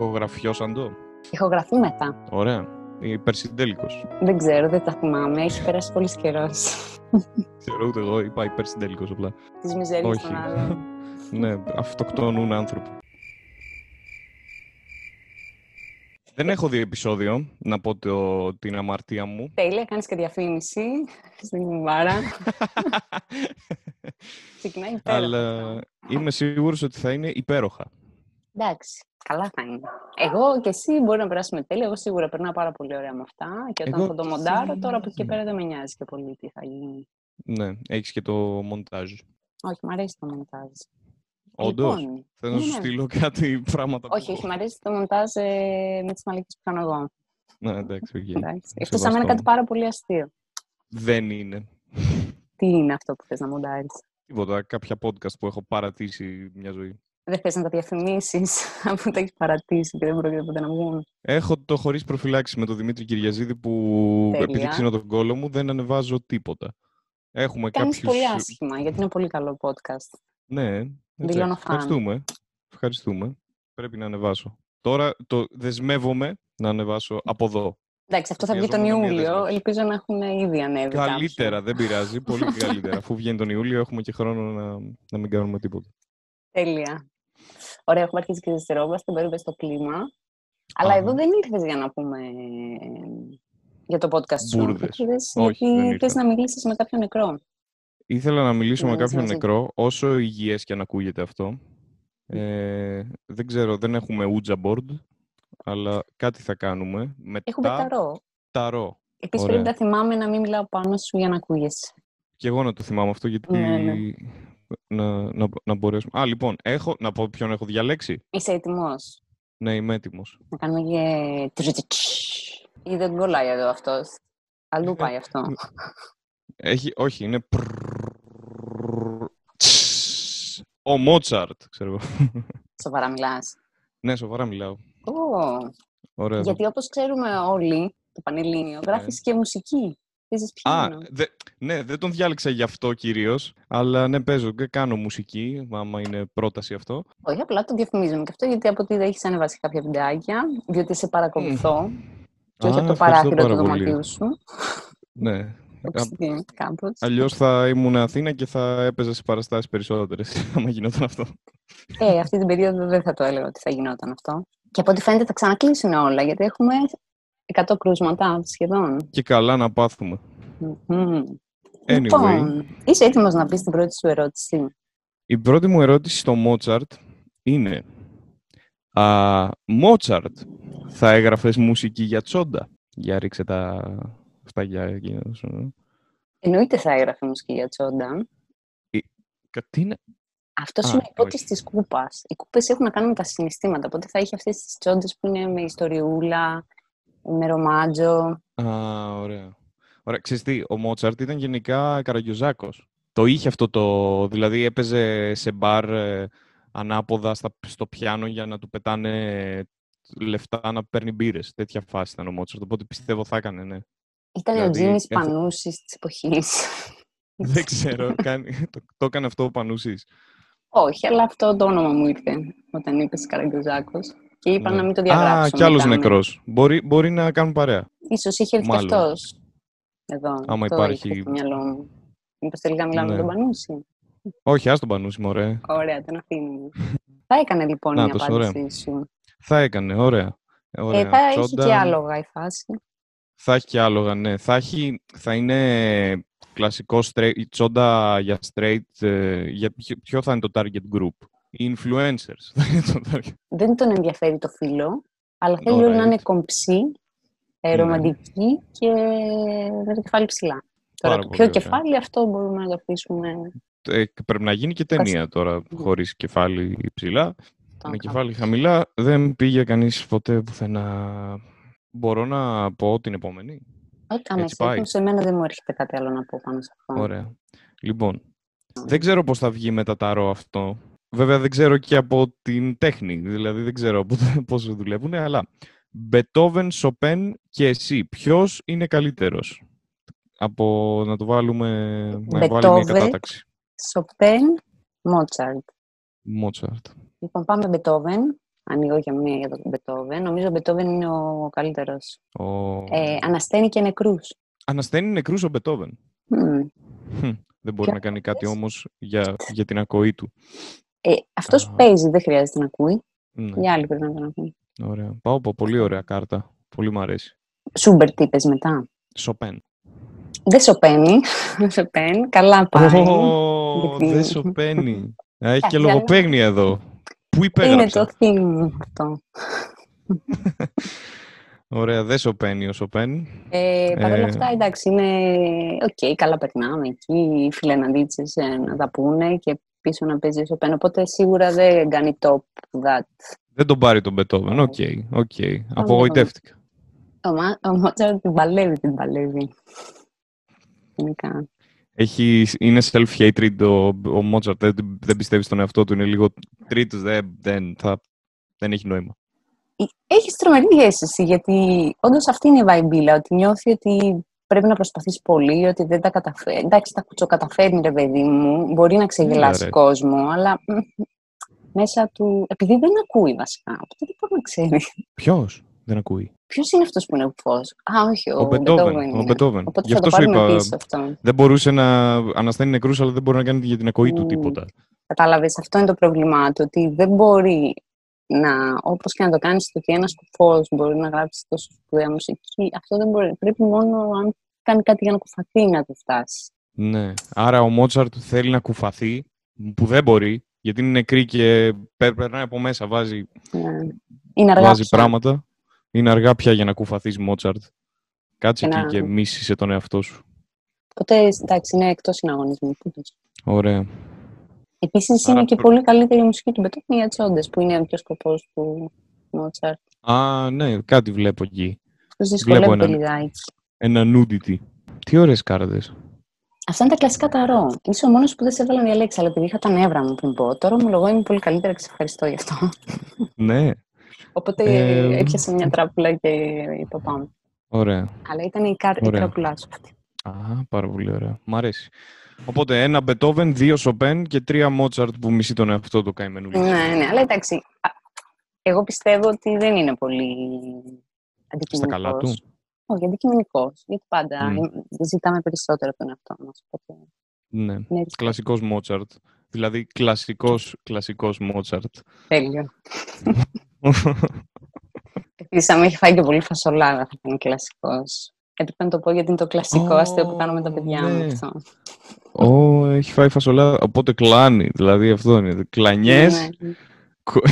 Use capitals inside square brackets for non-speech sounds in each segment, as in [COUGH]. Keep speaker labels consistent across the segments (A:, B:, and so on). A: Ηχογραφιώσαν το.
B: Ηχογραφεί μετά.
A: Ωραία. Υπερσυντέλικος.
B: Δεν ξέρω, δεν τα θυμάμαι. Έχει περάσει πολύ καιρός.
A: [LAUGHS] Ξέρω ούτε εγώ, είπα υπερσυντέλικος απλά.
B: Της μιζέρια
A: Όχι.
B: των άλλων.
A: ναι, αυτοκτονούν άνθρωποι. Δεν έχω δει επεισόδιο, να πω το, την αμαρτία μου.
B: Τέλεια, κάνεις και διαφήμιση στην
A: [LAUGHS]
B: κουμπάρα. Ξεκινάει υπέροχα.
A: αλλά είμαι σίγουρος ότι θα είναι υπέροχα.
B: Εντάξει, καλά θα είναι. Εγώ και εσύ μπορεί να περάσουμε τέλεια. Εγώ σίγουρα περνάω πάρα πολύ ωραία με αυτά. Και όταν
A: Εγώ
B: θα το
A: τι
B: μοντάρω,
A: θα
B: τώρα από εκεί και
A: γίνει.
B: πέρα δεν με νοιάζει και πολύ τι θα γίνει.
A: Ναι, έχεις και το μοντάζ.
B: Όχι, μου αρέσει το μοντάζ.
A: Όντως,
B: Λοιπόν,
A: θέλω να
B: ναι,
A: σου
B: ναι.
A: στείλω κάτι πράγματα που
B: όχι,
A: έχω.
B: όχι, μου αρέσει το μοντάζ ε, με τις μαλακές που κάνω εγώ.
A: Ναι, εντάξει, οκ.
B: εντάξει. Αυτό σαν μένα
A: σεβαστόμαι.
B: κάτι πάρα πολύ αστείο.
A: Δεν είναι.
B: Τι είναι αυτό που θες να μοντάρεις.
A: Τίποτα, κάποια podcast που έχω παρατήσει μια ζωή.
B: Δεν θες να τα διαφημίσεις [LAUGHS] αφού τα έχεις παρατήσει και δεν πρόκειται ποτέ να βγουν.
A: Έχω το χωρίς προφυλάξεις με τον Δημήτρη Κυριαζίδη που επειδή
B: Τέλεια.
A: ξύνω τον κόλο μου δεν ανεβάζω τίποτα. Έχουμε
B: Κάνεις
A: κάποιους...
B: πολύ άσχημα, γιατί είναι πολύ καλό podcast.
A: Ναι, εντάξει,
B: Δηλώνω fan.
A: ευχαριστούμε. Ευχαριστούμε. Πρέπει να ανεβάσω. Τώρα το δεσμεύομαι να ανεβάσω από εδώ.
B: Εντάξει, αυτό θα βγει τον
A: Χρειαζόμουν καμία
B: Ιούλιο.
A: δέσμευση.
B: Ελπίζω να έχουν ήδη ανέβει. κάποιοι.
A: Καλύτερα, δεν πειράζει. Πολύ
B: [LAUGHS]
A: καλύτερα. Αφού βγαίνει τον Ιούλιο, έχουμε και χρόνο να, να μην κάνουμε τίποτα.
B: Τέλεια. Ωραία, έχουμε αρχίσει και ζεστερόμαστε, μπαίνουμε στο κλίμα. Αλλά εδώ
A: Αχα.
B: δεν ήρθες για να πούμε ε, για το podcast σου.
A: Μπούρδες.
B: Ήρθες
A: Όχι, δεν
B: γιατί
A: ήρθα.
B: θες να μιλήσεις με κάποιον νεκρό.
A: Ήθελα να μιλήσω με
B: Ναι,
A: κάποιον
B: μαζί.
A: νεκρό, όσο υγιές και αν ακούγεται αυτό. Ε, δεν ξέρω, δεν έχουμε ούτζα board, αλλά κάτι θα κάνουμε. Μετά
B: Έχουμε ταρό.
A: ταρό.
B: Επίσης
A: Ωραία.
B: πρέπει να θυμάμαι να μην μιλάω πάνω σου για να ακούγεσαι.
A: Και εγώ να το θυμάμαι αυτό, γιατί
B: Ναι, ναι.
A: Να, να, να μπορέσουμε. Α, λοιπόν, έχω, να πω ποιον έχω διαλέξει.
B: Είσαι έτοιμος.
A: Ναι, είμαι έτοιμος.
B: Να κάνουμε και... τριτσιτς. Ή δεν κολλάει εδώ αυτός.
A: Ε,
B: Αλλού πάει αυτό.
A: Έχει, όχι, είναι. Ο Μότσαρτ, ξέρω εγώ.
B: Σοβαρά μιλάς.
A: Ναι, σοβαρά μιλάω.
B: Ω,
A: Ωραία.
B: γιατί όπως ξέρουμε όλοι, το Πανελλήνιο, γράφεις και μουσική. Παίζεις
A: Ε. Α,
B: πιάνο.
A: δε, ναι, δεν τον διάλεξα γι' αυτό κυρίως. Αλλά ναι, παίζω και κάνω μουσική, άμα είναι πρόταση αυτό.
B: Όχι, απλά το διαφημίζουμε και αυτό, γιατί από ό,τι είδα έχεις ανεβάσει κάποια βιντεάκια, διότι σε παρακολουθώ και όχι
A: Α,
B: από το
A: ευχαριστώ
B: παράθυρο του
A: πάρα πολύ.
B: δωματίου σου.
A: Ναι. Α,
B: Οξυδίνει κάπως.
A: Αλλιώς θα ήμουν Αθήνα και θα έπαιζα σε παραστάσεις περισσότερες, [LAUGHS] άμα γινόταν αυτό.
B: Ε, αυτή την περίοδο δεν θα το έλεγα ότι θα γινόταν αυτό. Και από ό,τι φαίνεται θα ξανακλείσουν όλα, γιατί έχουμε 100 κρούσματα σχεδόν.
A: Και καλά να πάθουμε.
B: Μμμ.
A: Anyway,
B: Λοιπόν, είσαι έτοιμος να πεις την πρώτη σου ερώτηση.
A: η πρώτη μου ερώτηση στο Μότσαρτ είναι α, Μότσαρτ, θα έγραφες μουσική για τσόντα. Για ρίξε τα αυτά για εκείνο σου. ε.
B: Εννοείται θα έγραφε μουσική για τσόντα.
A: Κα- τι είναι?
B: Αυτό
A: Α,
B: είναι ο υπότη
A: όχι.
B: της κούπας. Οι κούπες έχουν να κάνουν με τα συναισθήματα. Οπότε θα έχει αυτές τις τσόντες που είναι με ιστοριούλα, με ρομάτζο.
A: Α, ωραία. Ωραία, ξέρεις τι, ο Μότσαρτ ήταν γενικά καραγκιουζάκος. Το είχε αυτό το, δηλαδή έπαιζε σε μπαρ ε, ανάποδα στα, στο πιάνο για να του πετάνε λεφτά να παίρνει μπύρες. Τέτοια φάση ήταν ο Μότσαρτ, οπότε πιστεύω θα έκανε,
B: [LAUGHS]
A: ναι.
B: Ήταν
A: Δηλαδή,
B: ο Τζίμι
A: έχω-
B: Πανούσης της εποχής.
A: Δεν ξέρω, κάνει, το, το έκανε αυτό ο Πανούσης.
B: Όχι, αλλά αυτό το όνομα μου ήρθε όταν είπες Καραγκιουζάκος. Και είπα
A: Ναι.
B: να μην το διαγράψω.
A: Α, κι άλλος νεκρός. Μπορεί, μπορεί να κάνουν παρέα.
B: Ίσως είχε έρθει και
A: Μάλλον.
B: αυτός. Εδώ.
A: Άμα
B: αυτό
A: υπάρχει-
B: είχα στο μυαλό μου. Μήπως τελικά μιλάμε
A: Ναι.
B: με τον Πανούση.
A: Όχι, ας τον Πανούση, μωρέ.
B: Ωραία, τον αφήνουμε. θα έκανε λοιπόν
A: Να,
B: η
A: τόσο ωραία.
B: απάντησή σου.
A: Θα έκανε, ωραία.
B: Ε,
A: ωραία.
B: θα έχει
A: Τσόντα.
B: και άλογα η φάση.
A: Θα έχει και άλογα, ναι. Θα, έχει, θα είναι κλασικό straight, η τσόντα για straight. ε, Για, ποιο- ποιο θα είναι το target group. Οι influencers. [LAUGHS] θα είναι το target.
B: Δεν τον ενδιαφέρει το φίλο, αλλά θέλει όλοι να
A: Alright.
B: είναι κομψοί, ε,
A: Ναι.
B: ρομαντικοί και με το κεφάλι ψηλά. Τώρα
A: Πάρα
B: το
A: πολύ
B: πιο
A: ωραία.
B: κεφάλι αυτό μπορούμε να το αφήσουμε
A: Ε, πρέπει να γίνει και ταινία τώρα, χωρίς κεφάλι ψηλά.
B: τον
A: Με κεφάλι χαμηλά δεν πήγε κανείς ποτέ πουθενά. Μπορώ να πω την επόμενη.
B: Όταν με
A: Έτσι πάει.
B: σε μένα δεν μου έρχεται κάτι άλλο να πω πάνω σε αυτό.
A: Ωραία. Λοιπόν, δεν ξέρω πώς θα βγει με τα ταρό αυτό. Βέβαια δεν ξέρω και από την τέχνη, δηλαδή δεν ξέρω από το- πώς δουλεύουν, αλλά Μπετόβεν, Σοπέν και εσύ, ποιος είναι καλύτερος από να το βάλουμε, να βάλει μια
B: Μπετόβεν.
A: κατάταξη.
B: Σοπέν, Μότσαρτ.
A: Μότσαρτ.
B: Λοιπόν, πάμε Μπετόβεν. ανοίγω για μία για τον Μπετόβεν. Νομίζω ο Μπετόβεν είναι ο καλύτερος.
A: Ο...
B: Ε, ανασταίνει και νεκρούς.
A: Ανασταίνει νεκρούς ο Μπετόβεν. Χμ, Δεν μπορεί
B: Ποιο
A: να κάνει κάτι
B: λες?
A: όμως για, για την ακοή του.
B: Ε, αυτός
A: Α.
B: παίζει, δεν χρειάζεται να ακούει.
A: Ναι,
B: Οι άλλοι πρέπει να τον ακούνε.
A: Ωραία. Πάω από πολύ ωραία κάρτα. Πολύ μου αρέσει.
B: Σούμπερτ είπες μετά.
A: Σοπέν.
B: Δεν σοπαίνει. Σοπέν. Καλά πάει.
A: Ω,
B: γιατί-
A: Δεν σοπαίνει. Α, Έχει και
B: Εντάξει, αλλά-
A: λογοπαίγνια εδώ. Πού
B: Είναι το
A: υπέγραψα.
B: theme μου αυτό.
A: [LAUGHS] Ωραία, δεν σοπαίνει ο Σοπέν.
B: Ε, Παρ' όλα
A: Ε.
B: αυτά, εντάξει, είναι οκ, καλά περνάμε εκεί. Οι φιλεναντίτσες ε, να τα πούνε και πίσω να παίζει ο Σοπέν. Οπότε σίγουρα δεν κάνει top that.
A: Δεν τον πάρει τον Μπετόβεν. Οκ, οκ. Απογοητεύτηκα.
B: Ο, Μα, ο Μότσαρτ την παλεύει, την παλεύει. Γενικά.
A: Έχει, είναι self-hatred ο, ο Μότσαρτ. Δεν, δεν πιστεύεις στον εαυτό του. Είναι λίγο τρίτος. Δεν, δεν, θα, δεν έχει νόημα.
B: Έχει Ε, τρομερή αίσθηση, γιατί όντως αυτή είναι η βαϊμπίλα, ότι νιώθει ότι πρέπει να προσπαθείς πολύ, ότι δεν τα καταφέρει. Εντάξει, τα κουτσοκαταφέρνει, ρε παιδί μου, μπορεί να
A: Έλα,
B: ξεγελάσει
A: Ναι, ρε.
B: κόσμο, αλλά μ, μέσα του. Επειδή δεν ακούει βασικά, οπότε δεν μπορεί να ξέρει.
A: Ποιος δεν ακούει.
B: Ποιος είναι αυτός που είναι φως. Α, όχι, ο,
A: Ο Μπετόβεν. Ο
B: είναι.
A: Μπετόβεν.
B: Οπότε
A: Γι'
B: θα το
A: αυτός σου
B: πάρουμε
A: είπα.
B: πίσω αυτό.
A: Δεν μπορούσε να ανασταίνει νεκρούς, αλλά δεν μπορεί να κάνει για την ακοή του
B: Μμμ.
A: τίποτα.
B: Κατάλαβες, αυτό είναι το πρόβλημά του, ότι δεν μπορεί να, όπως και να το κάνεις, το ότι ένας κουφό μπορεί να γράψει τόσο σπουδαία μουσική. Αυτό δεν μπορεί. Πρέπει μόνο αν κάνει κάτι για να κουφαθεί να το φτάσει.
A: Ναι. Άρα ο Μότσαρτ θέλει να κουφαθεί, που δεν μπορεί, γιατί είναι νεκρή και πε- περνάει από μέσα, βάζει,
B: Ναι. Είναι αργά.
A: βάζει
B: πια.
A: πράγματα. Είναι αργά πια για να κουφαθείς Μότσαρτ. Κάτσε
B: Και
A: εκεί
B: να-
A: και μίσησε τον εαυτό σου.
B: Οπότε εντάξει, είναι εκτός συναγωνισμού.
A: Ωραία.
B: Επίσης
A: Άρα
B: είναι και
A: πρέπει-
B: πολύ καλύτερη η μουσική του Μπετόκνη για τσόντες, που είναι και ο σκοπός του Μότσαρτ.
A: Α, ναι, κάτι βλέπω εκεί.
B: Αυτό δυσκολεύεται
A: έναν-
B: λιγάκι.
A: Ένα nudity. Τι ωραίες κάρτες.
B: Αυτά είναι τα κλασικά ταρό. Είσαι ο μόνος που δεν σε έβαλα μια λέξη, αλλά επειδή είχα τα νεύρα μου πριν πω. Τώρα ομολογώ είμαι πολύ καλύτερα και σε ευχαριστώ γι' αυτό.
A: ναι,
B: Οπότε
A: Ε,
B: έπιασε μια τράπουλα και είπα πάμε.
A: ωραία.
B: Αλλά ήταν η, κάρ... η
A: Ωραία.
B: τράπουλά σου αυτή.
A: Α, πάρα πολύ ωραία. Μ' αρέσει. Οπότε ένα Μπετόβεν, δύο Σοπέν και τρία Μότσαρτ που μισεί τον εαυτό του καημένου.
B: Ναι, ναι, αλλά εντάξει. α, Εγώ πιστεύω ότι δεν είναι πολύ αντικειμενικός.
A: Στα καλά του.
B: Όχι, αντικειμενικός. Γιατί πάντα
A: Μμ.
B: ε, ζητάμε περισσότερο από τον εαυτό μας. Οπότε,
A: Ναι.
B: ναι,
A: Κλασικός Μότσαρτ. Δηλαδή, κλασικός, κλασικός Μότσαρτ.
B: τέλειο.
A: [LAUGHS]
B: Επίσης, άμα έχει φάει και πολύ φασολάδα, θα ήταν κλασικός. Έπρεπε να το πω γιατί είναι το κλασικό
A: Ω,
B: αστείο που κάνω με τα παιδιά μου
A: ναι.
B: αυτό.
A: Ω, έχει φάει φασολάδα. Οπότε κλάνει. Δηλαδή, αυτό είναι. Κλανιές,
B: Ναι.
A: κου-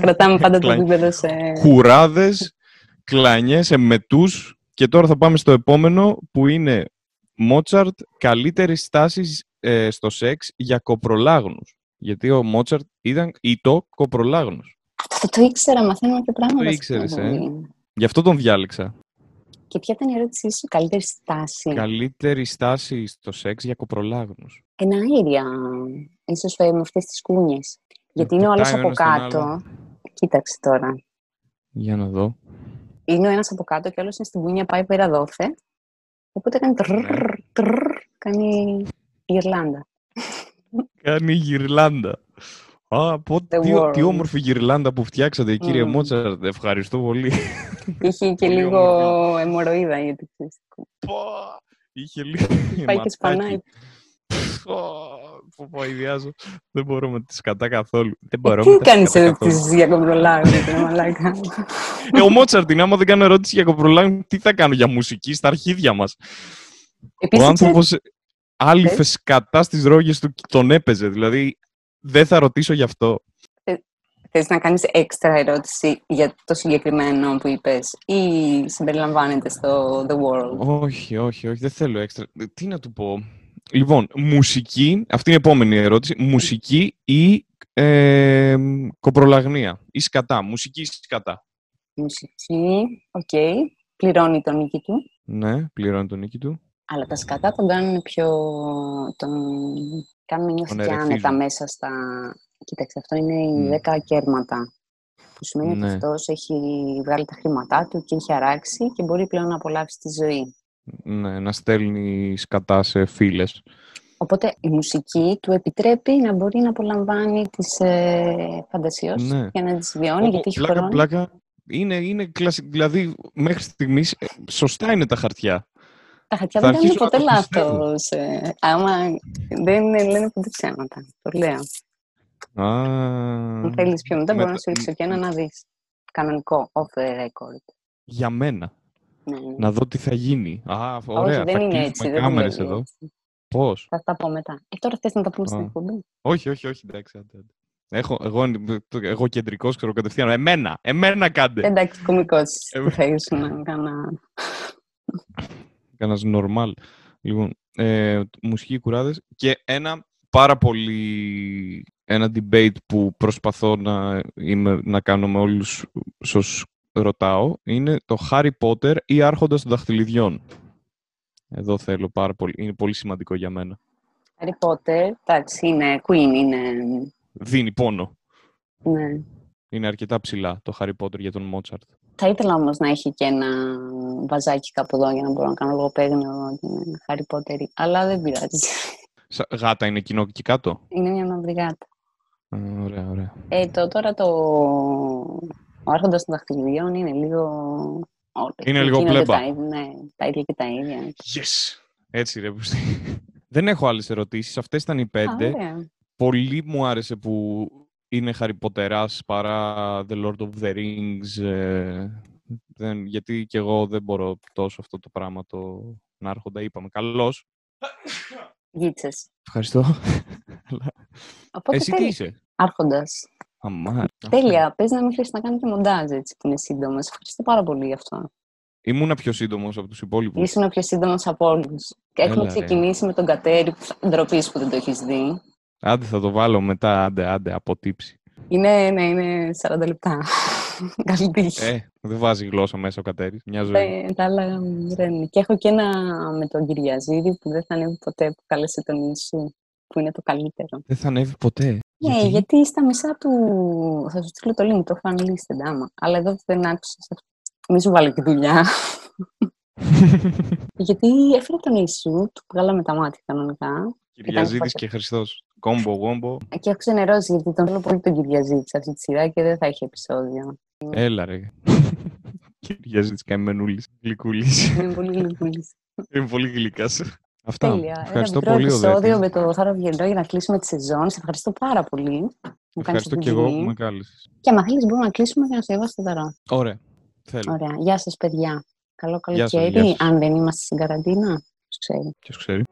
B: Κρατάμε πάντα το
A: Κλα-
B: επίπεδο σε...
A: κουράδες, κλανιές, εμετούς. Και τώρα θα πάμε στο επόμενο που είναι Μότσαρτ καλύτερης στάσης ε, στο σεξ για κοπρολάγνους. Γιατί ο Μότσαρτ ήταν ή το κοπρολάγνος.
B: Αυτό το ήξερα, μαθαίνουμε και πράγματα.
A: Το
B: στην
A: ήξερες, ε.
B: εκπομπή.
A: Γι' αυτό τον διάλεξα.
B: Και ποια ήταν η ερώτησή σου, καλύτερη στάση.
A: Καλύτερη στάση στο σεξ για κοπρολάγνους.
B: Ένα αέρια, ίσως ε, με αυτές τις κούνιες. Γιατί είναι ο άλλος
A: Κοιτάει ο
B: από
A: ένας τον
B: κάτω.
A: άλλον.
B: Κοίταξε τώρα.
A: Για να δω.
B: Είναι ο ένας από κάτω και ο άλλος είναι στην κούνια, πάει πέρα δόθε. Οπότε κάνει τρρρ, τρρρ, κάνει η Ιρλάνδα.
A: Κάνει γυρλάντα. Α, πω,
B: The
A: τι,
B: world.
A: τι όμορφη γυρλάντα που φτιάξατε, κύριε
B: Mm.
A: Μότσαρτ. Ευχαριστώ πολύ.
B: Είχε και
A: Πολύ
B: λίγο
A: όμορφη.
B: αιμορροίδα, γιατί ξέρεις.
A: Πω, Είχε λίγο
B: Πάει και
A: ματάκι.
B: σπανάκι.
A: Πω, πω, πω, ιδιάζω. Δεν μπορώ με τις κατά καθόλου. Δεν
B: Ε,
A: μπορώ με
B: Τι
A: τα
B: κάνεις
A: σκατά καθόλου.
B: ερώτηση για κομπρολάγο, ρε μαλάκα.
A: Ε, ο Μότσαρτ είναι, άμα δεν κάνω ερώτηση για κοπρολάγνου, τι θα κάνω για μουσική στα αρχίδια μας. Ο
B: Επίσης, ε, ξέρετε-
A: άνθρωπος άλυφες κατά στις ρόγες του και τον έπαιζε. Δηλαδή, δεν θα ρωτήσω γι' αυτό.
B: Θες να κάνεις έξτρα ερώτηση για το συγκεκριμένο που είπες ή συμπεριλαμβάνεται στο The World.
A: Όχι, όχι, όχι, δεν θέλω έξτρα. Ε, Τι να του πω. Λοιπόν, μουσική, αυτή είναι η επόμενη ερώτηση. Μουσική ή ε, κοπρολαγνία ή σκατά. Μουσική ή σκατά.
B: Μουσική, οκ, πληρώνει τον νίκη του,
A: Ναι, πληρώνει τον νίκη του.
B: αλλά τα σκατά τον κάνουν πιο... τον κάνουν να νιώθει
A: Τον
B: και άνετα
A: ερεθίζουν.
B: μέσα στα... Κοίταξε, αυτό είναι
A: Μμ.
B: οι 10 κέρματα. Που σημαίνει
A: Ναι.
B: ότι αυτός έχει βγάλει τα χρήματά του και έχει αράξει και μπορεί πλέον να απολαύσει τη ζωή.
A: Ναι, να στέλνεις σκατά σε φίλες.
B: Οπότε η μουσική του επιτρέπει να μπορεί να απολαμβάνει τις ε, φαντασίες
A: Ναι.
B: και να τις βιώνει,
A: Όπου
B: γιατί έχει
A: πλάκα,
B: χρόνο.
A: πλάκα, είναι, είναι κλασικό. Δηλαδή, μέχρι στιγμής σωστά είναι τα χαρτιά.
B: Τα χαρτιά
A: θα
B: δεν κάνουν
A: αρχίσω να
B: ποτέ
A: το πιστεύω.
B: λάθος. Ε, άμα δεν ε, λένε ποτέ ψέματα. Το λέω.
A: Α,
B: Αν θέλεις πιο μετά, μπορώ
A: Μετά-
B: να σου ρίξω και ένα να δεις. Κανονικό, off the record.
A: για μένα.
B: Ναι, ναι.
A: Να δω τι θα γίνει. Α, ωραία.
B: Όχι, δεν
A: θα
B: είναι
A: κλείσουμε
B: έτσι. Δεν
A: κάμερες
B: δουλεύει
A: εδώ.
B: έτσι.
A: Πώς.
B: Θα τα πω μετά. Ε, τώρα θες να τα πούμε στην
A: Α.
B: εκπομπή.
A: Όχι, όχι, όχι. Εντάξει, άντε, άντε. Έχω, εγώ, εγώ κεντρικός, ξέρω κατευθείαν. Εμένα, εμένα κάντε.
B: Εντάξει, κωμικός
A: Ε,
B: που θα ήσουν να κάνω.
A: Κανένας νορμάλ. Λοιπόν, ε, μουσική κουράδες. Και ένα πάρα πολύ. Ένα debate που προσπαθώ να, είμαι, να κάνω με όλους όσους ρωτάω είναι το Harry Potter ή Άρχοντας των Δαχτυλιδιών. Εδώ θέλω πάρα πολύ. Είναι πολύ σημαντικό για μένα.
B: Harry Potter, εντάξει, είναι Queen, είναι...
A: Δίνει πόνο.
B: Ναι.
A: Είναι αρκετά ψηλά το Harry Potter για τον Μότσαρτ.
B: Θα ήθελα όμως να έχει και ένα βαζάκι κάπου εδώ για να μπορώ να κάνω λογοπαίγνιο την Harry Potter. Αλλά δεν πειράζει. [LAUGHS]
A: Σα- Γάτα είναι κοινό και κάτω.
B: Είναι μια μαύρη γάτα.
A: Α, ωραία, ωραία.
B: Ε, το, τώρα το. Ο άρχοντα των δαχτυλιδιών είναι λίγο. Όλοι.
A: Είναι λίγο
B: Γίνονται
A: πλέμπα.
B: τα ίδια, ναι, τα ίδια και τα ίδια.
A: Yes! Έτσι ρε. Πούστη. Δεν έχω άλλες ερωτήσεις. Αυτές ήταν οι
B: Α,
A: πέντε.
B: ωραία.
A: Πολύ μου άρεσε που είναι χαριποτεράς παρά The Lord of the Rings. ε, δεν, γιατί και εγώ δεν μπορώ τόσο αυτό το πράγμα το να έρχονται. Είπαμε καλώς.
B: Γίτσες.
A: Ευχαριστώ. Αλλά
B: Οπότε
A: Εσύ τι
B: τέλεια.
A: είσαι.
B: Άρχοντας.
A: Αμά.
B: Τέλεια. Πες να μην χρειάζεται να κάνουμε και μοντάζ έτσι που είναι σύντομα. Σε ευχαριστώ πάρα πολύ γι' αυτό.
A: Ήμουνα πιο σύντομος από τους υπόλοιπους.
B: Ήσουν ο πιο σύντομος από όλους. Έχουμε
A: Έλα, ρε.
B: ξεκινήσει με τον Κατέρι που θα- ντροπής που δεν το έχεις δει.
A: Άντε θα το βάλω μετά. Άντε, άντε, αποτύψει.
B: Είναι, ναι, είναι 40 λεπτά. Καλή τύχη.
A: Ε, δεν βάζει γλώσσα μέσα ο Κατέρης. Μια ζωή.
B: Ε, τα άλλα μ, δεν είναι. Και έχω και ένα με τον Κυριαζίδη που δεν θα ανέβει ποτέ που κάλεσε τον Ιησού, που είναι το καλύτερο.
A: Δεν θα ανέβει ποτέ.
B: Ναι, γιατί? στα μισά του. Θα σου στείλω το link, το έχω αναλύσει άμα. Αλλά εδώ δεν άκουσα. Μη σου βάλω και δουλειά. γιατί έφερε τον Ιησού, του βγάλαμε τα μάτια κανονικά.
A: Κυριαζίδης
B: φάση-
A: και Χριστός. Κόμπο, γόμπο.
B: Και έχω ξενερώσει γιατί τον θέλω πολύ τον Κυριαζίδη σε αυτή τη σειρά και δεν θα έχει επεισόδιο.
A: Έλα
B: [LAUGHS]
A: ρε. Κυριαζίδης Καημενούλης.
B: [LAUGHS]
A: Γλυκούλης.
B: είναι πολύ γλυκούλης.
A: Είμαι πολύ γλυκάς. Αυτά.
B: Τέλεια.
A: Ευχαριστώ
B: Ένα μικρό
A: πολύ,
B: επεισόδιο
A: Οδέτη.
B: με το Θάρο Βιεντό για να κλείσουμε τη σεζόν. Σε ευχαριστώ πάρα πολύ. Μου κάνεις
A: Ευχαριστώ
B: αυτή
A: και
B: τη
A: εγώ που
B: τιμή.
A: με κάλεσες.
B: Και άμα θέλεις, μπορούμε να κλείσουμε και να σε διαβάσω το Θαρό.
A: Ωραία. Θέλω.
B: Ωραία. Γεια σας, παιδιά. Καλό
A: Γεια σας, γεια
B: καλοκαίρι.
A: σας.
B: Αν δεν είμαστε στην καραντίνα, ποιος ξέρει.
A: Ποιος ξέρει.